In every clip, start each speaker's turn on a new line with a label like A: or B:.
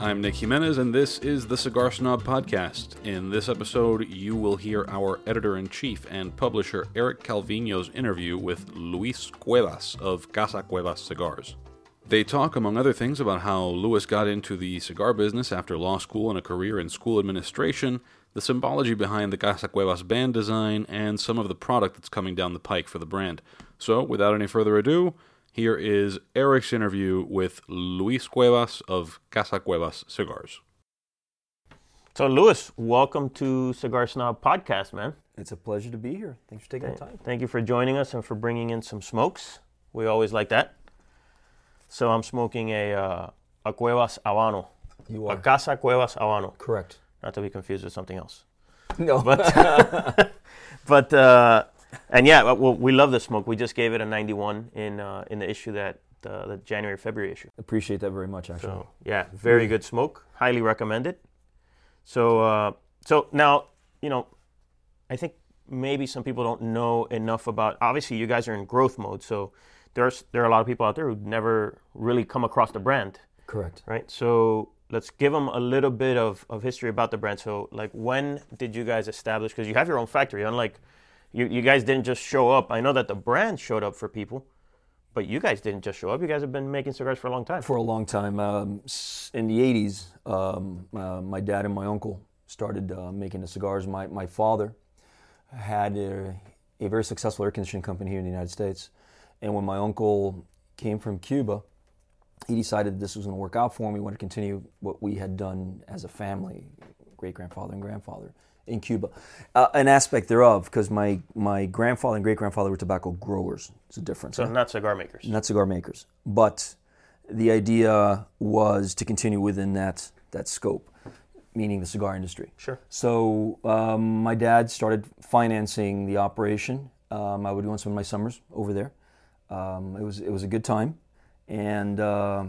A: I'm Nick Jimenez, and this is the Cigar Snob Podcast. In this episode, you will hear our editor in chief and publisher, Eric Calvino's interview with Luis Cuevas of Casa Cuevas Cigars. They talk, among other things, about how Lewis got into the cigar business after law school and a career in school administration, the symbology behind the Casa Cuevas band design, and some of the product that's coming down the pike for the brand. So, without any further ado, here is Eric's interview with Luis Cuevas of Casa Cuevas Cigars.
B: So, Lewis, welcome to Cigar Snob Podcast, man.
C: It's a pleasure to be here. Thanks for taking the time.
B: Thank you for joining us and for bringing in some smokes. We always like that. So, I'm smoking a, uh, a Cuevas Habano,
C: You
B: a Casa Cuevas Habano,
C: correct.
B: not to be confused with something else.
C: No,
B: But, uh, and yeah, well, we love the smoke. We just gave it a 91 in, uh, in the issue that, uh, the January, February issue.
C: appreciate that very much. Actually,
B: So yeah, very good smoke. Highly recommended. So uh, so now you know, I think maybe some people don't know enough about. Obviously, you guys are in growth mode, so there's there are a lot of people out there who never really come across the brand,
C: correct.
B: right? So let's give them a little bit of, of history about the brand. So like, when did you guys establish? Because you have your own factory, unlike. You, you guys didn't just show up. I know that the brand showed up for people, but you guys didn't just show up. You guys have been making cigars for a long time.
C: For a long time, um, s- in the '80s, um, uh, my dad and my uncle started uh, making the cigars. My my father had a, a very successful air conditioning company here in the United States, and when my uncle came from Cuba, he decided this was going to work out for him. He wanted to continue what we had done as a family, great grandfather and grandfather in Cuba. Uh, an aspect thereof, because my, my grandfather and great grandfather were tobacco growers. It's a difference.
B: So not cigar makers.
C: Not cigar makers. But the idea was to continue within that, that scope, meaning the cigar industry.
B: Sure.
C: So um, my dad started financing the operation. Um, I would go on some of my summers over there. Um, it was it was a good time, and uh,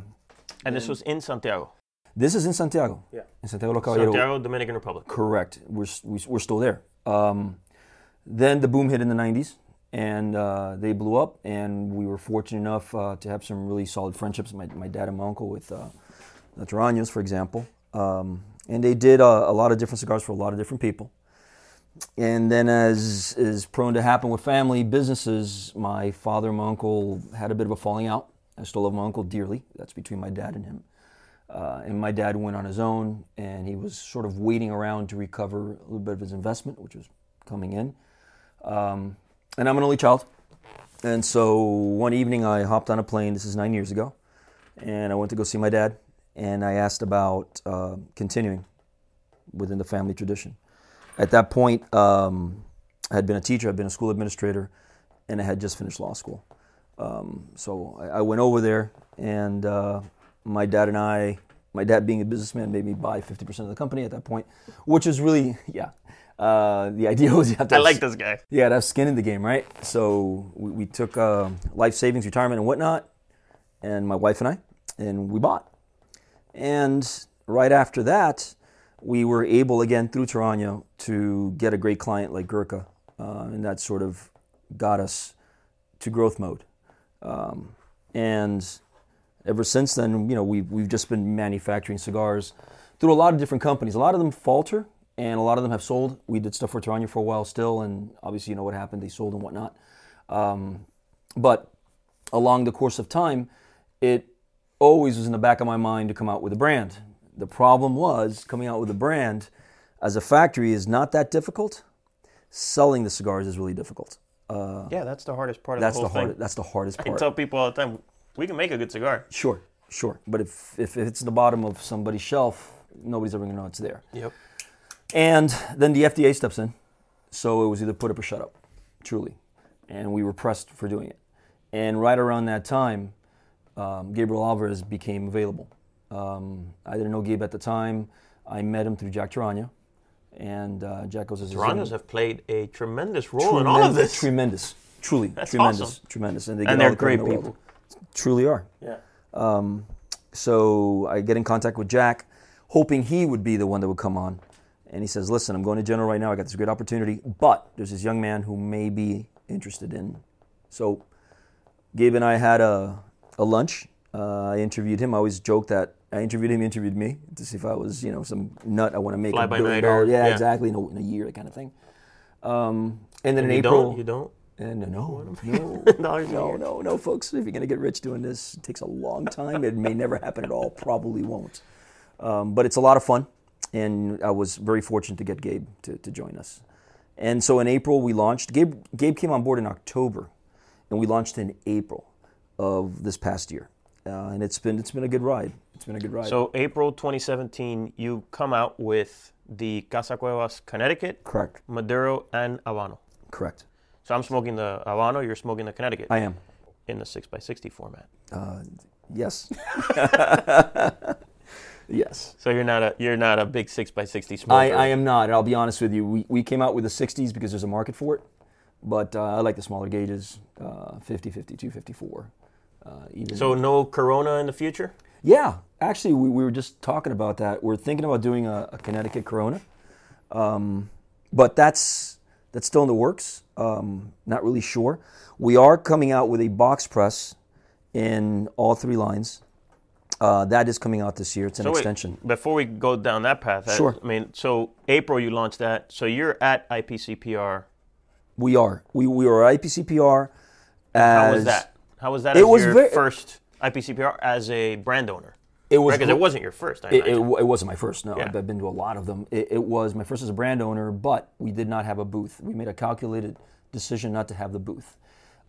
B: And this was in Santiago.
C: this is in Santiago.
B: Yeah.
C: in Santiago del Caballero.
B: Santiago, Dominican Republic.
C: Correct. We're s- we, we're still there. Um, then the boom hit in the '90s, and uh, they blew up. And we were fortunate enough uh, to have some really solid friendships. My, my dad and my uncle with uh, the Taranos, for example, um, and they did uh, a lot of different cigars for a lot of different people. And then, as is prone to happen with family businesses, my father and my uncle had a bit of a falling out. I still love my uncle dearly. That's between my dad and him. Uh, and my dad went on his own, and he was sort of waiting around to recover a little bit of his investment, which was coming in. Um, and I'm an only child. And so one evening I hopped on a plane, this is nine years ago, and I went to go see my dad, and I asked about uh, continuing within the family tradition. At that point, um, I had been a teacher, I'd been a school administrator, and I had just finished law school. Um, so I, I went over there, and uh, my dad and I, my dad being a businessman, made me buy 50% of the company at that point, which is really, yeah. Uh, the idea was you have to.
B: I
C: have
B: like
C: s-
B: this guy.
C: yeah, to have skin in the game, right? So we, we took um life savings, retirement, and whatnot, and my wife and I, and we bought. And right after that, we were able again through Tarano to get a great client like Gurkha, uh, and that sort of got us to growth mode. Um, and ever since then, you know, we've, we've just been manufacturing cigars through a lot of different companies. A lot of them falter and a lot of them have sold. We did stuff for Tarania for a while still, and obviously, you know what happened. They sold and whatnot. Um, but along the course of time, it always was in the back of my mind to come out with a brand. The problem was coming out with a brand as a factory is not that difficult. Selling the cigars is really difficult. Uh,
B: Yeah, that's the hardest part of
C: that's
B: the
C: the
B: whole thing.
C: hard, that's the hardest
B: I
C: part.
B: tell people all the time, we can make a good cigar.
C: Sure, sure. But if, if it's the bottom of somebody's shelf, nobody's ever going to know it's there.
B: Yep.
C: And then the FDA steps in. So it was either put up or shut up, truly. And we were pressed for doing it. And right around that time, um, Gabriel Alvarez became available. Um, I didn't know Gabe at the time. I met him through Jack Tarania. And uh, Jack goes, as
B: Toronto's have played a tremendous role in all of
C: Tremendous-
B: this.
C: Tremendous. Truly. tremendous.
B: awesome.
C: Tremendous. And, they
B: And
C: get all
B: they're
C: the credit in
B: great
C: the world. Truly are.
B: yeah.
C: Um, so I get in contact with Jack, hoping he would be the one that would come on. And he says, Listen, I'm going to General right now. I got this great opportunity, but there's this young man who may be interested in. So Gabe and I had a, a lunch. Uh, I interviewed him. I always joke that I interviewed him, he interviewed me to see if I was, you know, some nut I want to make
B: Fly
C: a
B: by
C: billion
B: night
C: dollar-
B: or-
C: yeah,
B: yeah.
C: exactly, in a, in a year, that kind of thing. Um, and then in
B: you
C: April,
B: don't. You don't.
C: and Eh, no, no,
B: Dollars a
C: no,
B: year.
C: no, no, folks. If you're gonna get rich doing this, it takes a long time. It may never happen at all. Probably won't. Um, but it's a lot of fun, and I was very fortunate to get Gabe to, to join us. And so in April we launched. Gabe Gabe came on board in October, and we launched in April of this past year. Uh, and it's been it's been a good ride. It's been a good ride.
B: So April 2017, you come out with the Casa Cuevas Connecticut,
C: correct,
B: Maduro, and Habano.
C: correct.
B: So I'm smoking the Habano. You're smoking the Connecticut
C: I am.
B: in the 6x60 format.
C: Yes. yes.
B: So you're not a you're not a big 6x60 smoker.
C: I, I am not, and I'll be honest with you. We, we came out with the 60s because there's a market for it, but uh, I like the smaller gauges, uh, 50, 52, 54. Uh, even
B: so no Corona in the future.
C: yeah, actually, we, we were just talking about that. We're thinking about doing a, a Connecticut Corona, um, but that's that's still in the works. Um, not really sure. We are coming out with a box press in all three lines. Uh, that is coming out this year. It's an
B: So wait,
C: extension.
B: before we go down that path, I-
C: Sure.
B: I mean, so April you launched that. So you're at IPCPR.
C: We are. We we are IPCPR.
B: How
C: As
B: was that? How was that?
C: It
B: as
C: was
B: your
C: very-
B: first IPCPR as a brand owner.
C: It was.
B: Because it wasn't your first. I
C: It, it,
B: imagine.
C: wa- it wasn't my first. No,
B: Yeah.
C: I've been to a lot of them. It, it was my first as a brand owner, but we did not have a booth. We made a calculated decision not to have the booth.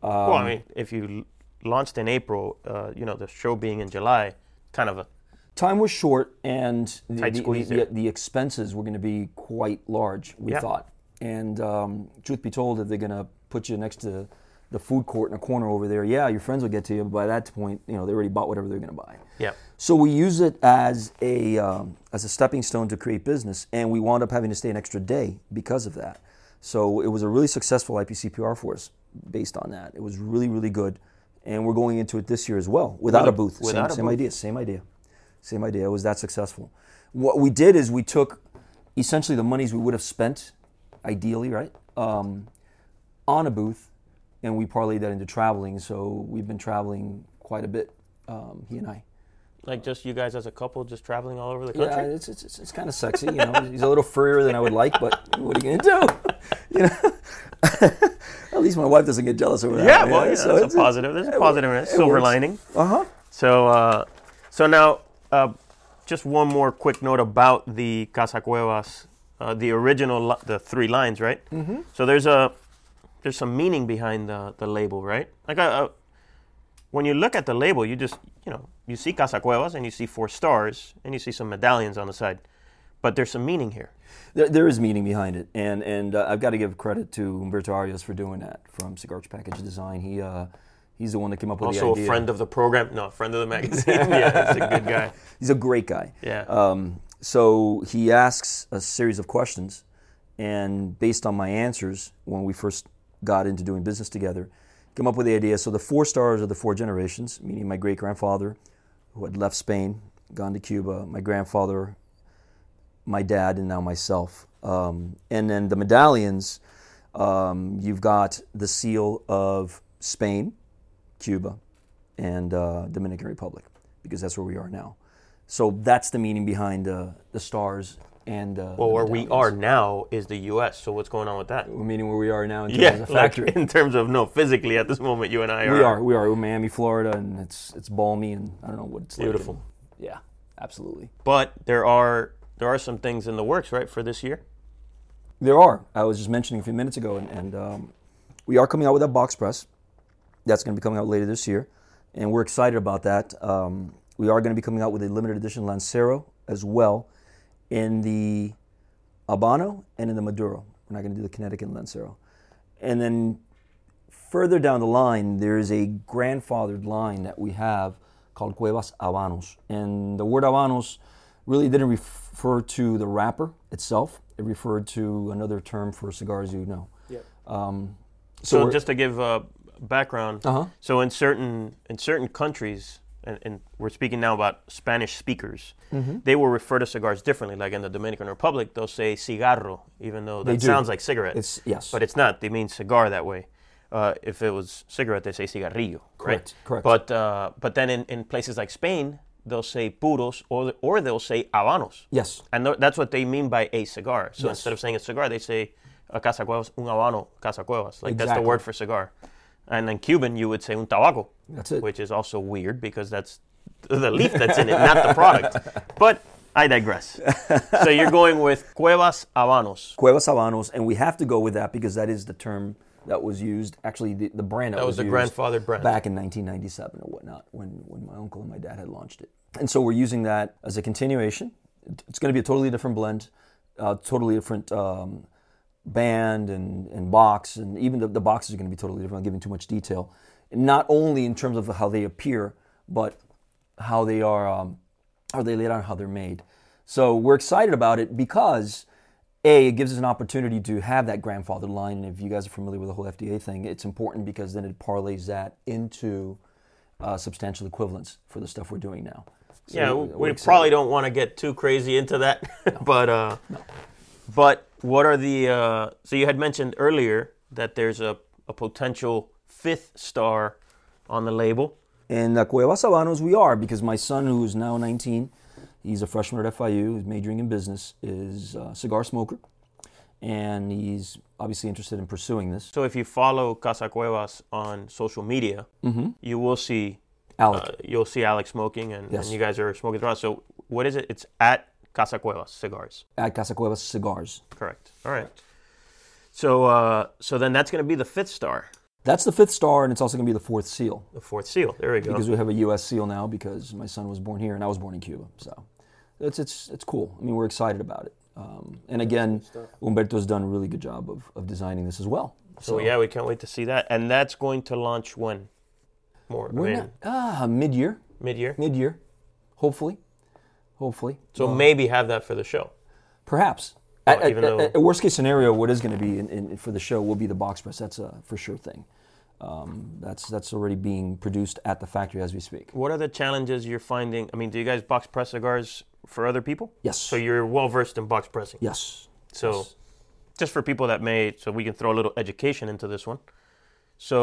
C: Uh,
B: well,
C: um,
B: I mean, if you l- launched in April, uh, you know, the show being in July, kind of a
C: Time was short, and the,
B: Tight
C: the,
B: squeeze
C: the-
B: there.
C: the expenses were going to be quite large. We
B: Yeah.
C: thought, and um, truth be told, if they're going to put you next to the food court in a corner over there, yeah, your friends will get to you. But by that point, you know they already bought whatever they're going to buy.
B: yeah.
C: So we use it as a um, as a stepping stone to create business, and we wound up having to stay an extra day because of that. So it was a really successful IPCPR for us based on that. It was really really good, and we're going into it this year as well without a booth.
B: without
C: same,
B: a
C: same
B: booth.
C: idea. Same idea. Same idea. It was that successful. What we did is we took essentially the monies we would have spent, ideally, right, um, on a booth, and we parlayed that into traveling. So we've been traveling quite a bit, um, he and I.
B: Like just you guys as a couple, just traveling all over the
C: Yeah,
B: country.
C: it's, it's, it's, it's kind of sexy. You know, he's a little furrier than I would like, but what are you gonna do? You know, at least my wife doesn't get jealous over that.
B: Yeah,
C: you
B: well,
C: know,
B: yeah,
C: so
B: that's
C: it's-
B: a positive. There's a positive in it. Silver
C: works.
B: lining.
C: Uh-huh.
B: So, uh, so now, uh, just one more quick note about the Casa Cuevas, uh, the original, li- the three lines, right? Mm-hmm. So there's a there's some meaning behind the, the label, right? Like uh, uh, when you look at the label, you just you know you see Casa Cuevas and you see four stars and you see some medallions on the side, but there's some meaning here.
C: There, there is meaning behind it, and and uh, I've got to give credit to Humberto Arias for doing that from Cigar Package Design. He uh, he's the one that came up with the
B: Also,
C: idea.
B: a friend of the program, no, a friend of the magazine. yeah, he's a good guy.
C: He's a great guy.
B: Yeah.
C: Um, so he asks a series of questions, and based on my answers, when we first got into doing business together, came up with the idea. So the four stars are the four generations, meaning my great grandfather, who had left Spain, gone to Cuba, my grandfather, my dad, and now myself. Um, and then the medallions, um, you've got the seal of Spain, Cuba, and uh, Dominican Republic, because that's where we are now. So that's the meaning behind uh, the stars and uh,
B: Well, where we are now is the U.S. So what's going on with that?
C: meaning where we are now in terms
B: Yeah,
C: of
B: like,
C: factory.
B: in terms of no, physically at this moment, you and I are.
C: we are, we are, in Miami, Florida, and it's it's balmy, and I don't know what it's like.
B: Beautiful.
C: Yeah, absolutely.
B: But there are there are some things in the works, right, for this year.
C: There are. I was just mentioning a few minutes ago, and, and um, we are coming out with a box press. That's going to be coming out later this year, and we're excited about that. Um, we are going to be coming out with a limited edition Lancero as well in the Habano and in the Maduro. We're not going to do the Connecticut Lancero. And then further down the line, there is a grandfathered line that we have called Cuevas Habanos. And the word Habanos really didn't refer to the wrapper itself, it referred to another term for cigars you know. Um,
B: So,
C: we're-
B: just to give uh, background,
C: Uh-huh.
B: so in certain in certain countries, and, and we're speaking now about Spanish speakers,
C: Mm-hmm.
B: they will refer to cigars differently. Like in the Dominican Republic, they'll say cigarro, even though that
C: do.
B: sounds like cigarette.
C: It's, yes.
B: but it's not. They mean cigar that way. Uh, if it was cigarette, they say cigarrillo. Right?
C: Correct, correct.
B: But uh, but then in, in places like Spain, they'll say puros or, or they'll say habanos.
C: Yes.
B: And th- that's what they mean by a cigar. So
C: Yes.
B: instead of saying a cigar, they say a casa cuevas, un habano, casa cuevas. Like that's the
C: Exactly.
B: word for cigar. And in Cuban, you would say un tabaco.
C: That's it.
B: Which is also weird because that's the leaf that's in it, not the product. But I digress. so you're going with cuevas habanos.
C: Cuevas Habanos, and we have to go with that because that is the term that was used. Actually, the, the brand that,
B: That was the
C: used
B: grandfathered brand.
C: back in 1997 or whatnot, when when my uncle and my dad had launched it. And so we're using that as a continuation. It- It's going to be a totally different blend, uh, totally different um, band and, and box, and even the, the boxes are going to be totally different. I'm giving too much detail, not only in terms of how they appear, but how they are, um, how they laid out, and how they're made. So we're excited about it because a it gives us an opportunity to have that grandfather line and if you guys are familiar with the whole fda thing it's important because then it parlays that into uh, substantial equivalence for the stuff we're doing now So uh,
B: yeah,
C: we're
B: we
C: excited.
B: probably don't want to get too crazy into that, but uh, but what are the? Uh, so you had mentioned earlier that there's a, a potential fifth star on the label.
C: in uh, Cuevas Habanos, we are because my son, who is now 19, he's a freshman at FIU, he's majoring in business, is a cigar smoker, and he's obviously interested in pursuing this.
B: So if you follow Casa Cuevas on social media, you will see
C: Alec,
B: uh, you'll see Alex smoking, and,
C: Yes.
B: and you guys are smoking around. So what is it? It's at Casa Cuevas Cigars.
C: at Casa Cuevas Cigars.
B: Correct. All right. So uh, so then that's going to be the fifth star,
C: That's the fifth star, and it's also going to be the fourth seal.
B: the fourth seal. There we go.
C: because we have a U.S. seal now because my son was born here and I was born in Cuba. So it's it's it's cool. I mean, we're excited about it. Um, and again, Umberto's done a really good job of, of designing this as well.
B: So yeah, we can't wait to see that, and that's going to launch when? More
C: we're not ah mid year,
B: mid year.
C: mid year, hopefully, hopefully, Uh,
B: So maybe have that for the show.
C: perhaps.
B: Well,
C: At- at,
B: even though-
C: at- at worst case scenario, what is going to be in, in, for the show will be the box press. That's a for sure thing. Um, that's that's already being produced at the factory as we speak.
B: What are the challenges you're finding? I mean, do you guys box press cigars for other people?
C: Yes.
B: So you're well versed in box pressing.
C: yes.
B: So
C: Yes.
B: just for people that may, so we can throw a little education into this one. So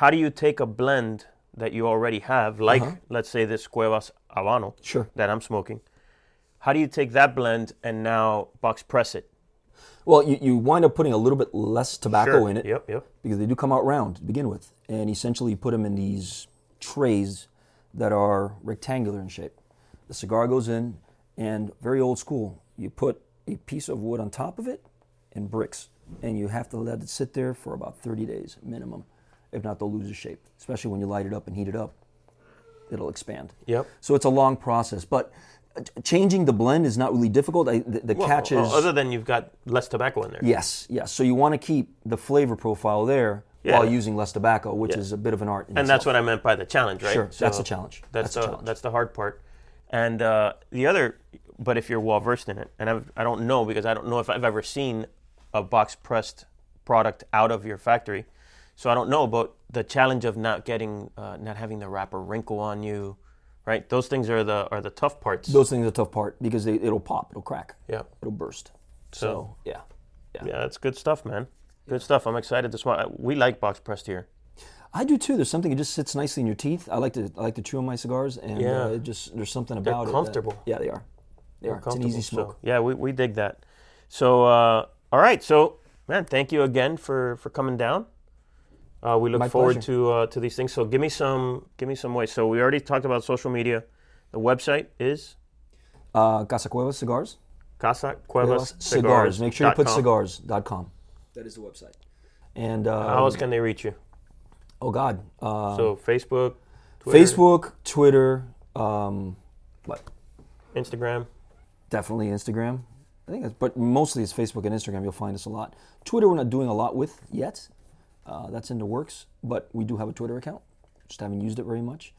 B: how do you take a blend that you already have, like let's say this Cuevas Habano
C: Uh-huh. Sure.
B: that I'm smoking? How do you take that blend and now box press it?
C: Well, you, you wind up putting a little bit less tobacco in it.
B: Yep, yep.
C: because they do come out round to begin with, and essentially you put them in these trays that are rectangular in shape. The cigar goes in, and very old school, you put a piece of wood on top of it and bricks, and you have to let it sit there for about 30 days minimum. If not, they'll lose the shape, especially when you light it up and heat it up. It'll expand.
B: Yep.
C: So it's a long process, but uh, ch- changing the blend is not really difficult. I, the the catch is
B: Well, uh, other than you've got less tobacco in there.
C: Yes, yes. So you want to keep the flavor profile there
B: Yeah.
C: while using less tobacco, which is a bit of an art. In
B: And that's what I meant by the challenge, right?
C: Sure, that's the challenge.
B: That's,
C: That's the
B: the
C: challenge.
B: that's the hard part. And uh, the other, but if you're well versed in it, and I've, I don't know because I don't know if I've ever seen a box pressed product out of your factory, so I don't know. But the challenge of not getting, uh, not having the wrapper wrinkle on you, right? Those things are the are the tough parts.
C: those things are a tough part because they, it'll pop, it'll crack,
B: yeah,
C: it'll burst. So,
B: So-
C: yeah, yeah.
B: yeah, that's good stuff, man. Good stuff. I'm excited. This one we like box pressed here.
C: I do too. There's something that just sits nicely in your teeth. I like to I like to chew on my cigars, and
B: Yeah.
C: uh, it just there's something about it. that-
B: comfortable.
C: yeah, they are. They are. It's an easy
B: comfortable.
C: smoke.
B: So, yeah, we, we dig that. So uh, all right, so man, thank you again for for coming down. Uh, we look
C: My
B: forward
C: pleasure.
B: to uh, to these things. So give me some give me some ways. So we already talked about social media. The website is
C: Uh, Casa Cueva cigars.
B: Casa
C: Cuevas
B: Cuevas
C: cigars. Make sure you put
B: .com.
C: cigars.com. That is the website. And
B: How
C: uh,
B: else can they reach you?
C: oh God, uh,
B: So Facebook, Twitter,
C: Facebook, Twitter, um, what?
B: Instagram.
C: definitely Instagram. I think that's, but mostly it's Facebook and Instagram. You'll find us a lot. Twitter, we're not doing a lot with yet. Uh, that's in the works, but we do have a Twitter account. Just haven't used it very much.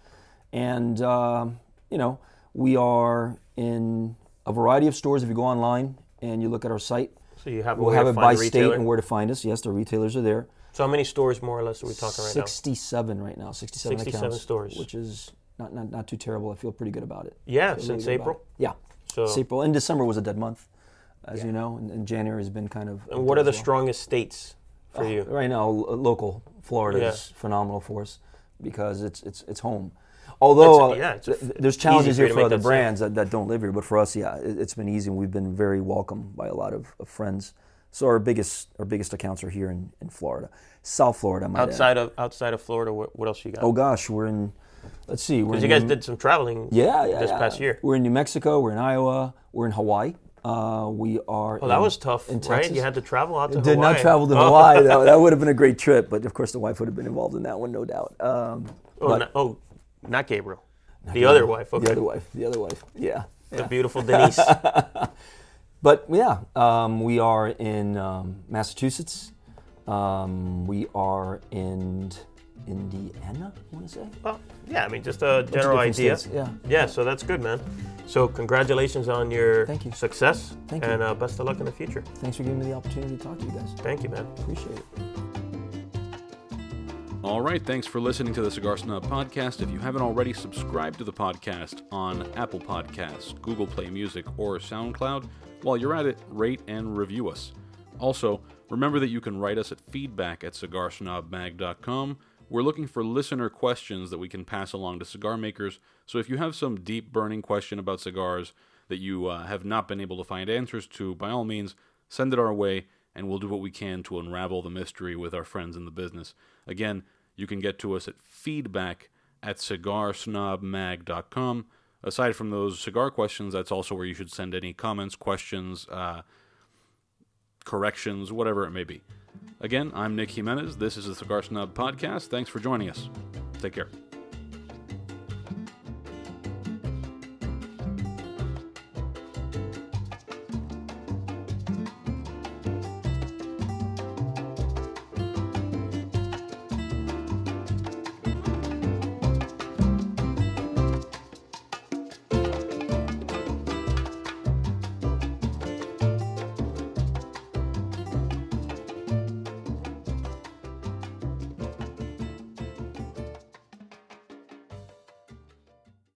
C: And, um, you know, we are in a variety of stores. If you go online and you look at our site,
B: So you have a
C: we'll
B: way
C: have
B: to
C: it
B: find
C: by
B: a
C: state
B: retailer.
C: and where to find us. Yes, the retailers are there.
B: so how many stores more or less are we talking right now?
C: 67 right now, 67,
B: 67
C: accounts,
B: stores.
C: Which is not, not, not too terrible. I feel pretty good about it.
B: Yeah,
C: Feel really
B: since
C: good about
B: April.
C: it. Yeah.
B: So
C: It's April and December was a dead month, as you know, and, and January has been kind of.
B: and what are the
C: as
B: strongest states for
C: Ah,
B: you?
C: well. right now? lo- uh, Local Florida is
B: Yeah.
C: phenomenal for us because it's it's it's home. Although
B: It's a- yeah,
C: uh,
B: it's a
C: th-
B: f-
C: there's challenges
B: easy for you to
C: here for
B: make
C: other
B: that
C: brands that, that don't live here, but for us, yeah, it, it's been easy, and we've been very welcomed by a lot of, of friends. So our biggest our biggest accounts are here in, in Florida, South Florida. I might add.
B: Outside of outside of Florida, what, what else you got?
C: Oh gosh, we're in. Let's see. We're in
B: Because you guys
C: New-
B: did some traveling.
C: Mm-hmm. yeah, yeah,
B: this
C: yeah.
B: past year.
C: We're in New Mexico. We're in Iowa. We're in Hawaii. Uh, we are.
B: Well, Oh, that was tough,
C: in
B: right?
C: Texas.
B: You had to travel out to
C: Did
B: Hawaii. Oh,
C: not travel to Hawaii. that, that would have been a great trip, but of course the wife would have been involved in that one, no doubt. Um,
B: Oh,
C: but
B: not, oh, not Gabriel. the other wife. Okay.
C: the other wife, the other wife, yeah.
B: The beautiful Denise. oh,
C: But yeah, um, we are in um, Massachusetts. Um, we are in Indiana. I want to say.
B: yeah, I mean, just a general
C: different
B: idea.
C: states, yeah.
B: Yeah, so that's good, man. So congratulations on your
C: Thank you.
B: success.
C: Thank you.
B: and uh, best of luck in the future.
C: Thanks for giving me the opportunity to talk to you guys.
B: Thank you, man.
C: Appreciate it.
A: All right, thanks for listening to the Cigar Snob podcast. If you haven't already, subscribe to the podcast on Apple Podcasts, Google Play Music, or SoundCloud. While you're at it, rate and review us. Also, remember that you can write us at feedback at cigarsnobmag.com. We're looking for listener questions that we can pass along to cigar makers. So if you have some deep burning question about cigars that you uh, have not been able to find answers to, by all means, send it our way and we'll do what we can to unravel the mystery with our friends in the business. Again, you can get to us at feedback at cigarsnobmag.com. Aside from those cigar questions, that's also where you should send any comments, questions, uh, corrections, whatever it may be. Again, I'm Nick Jimenez. This is the Cigar Snob Podcast. Thanks for joining us. Take care.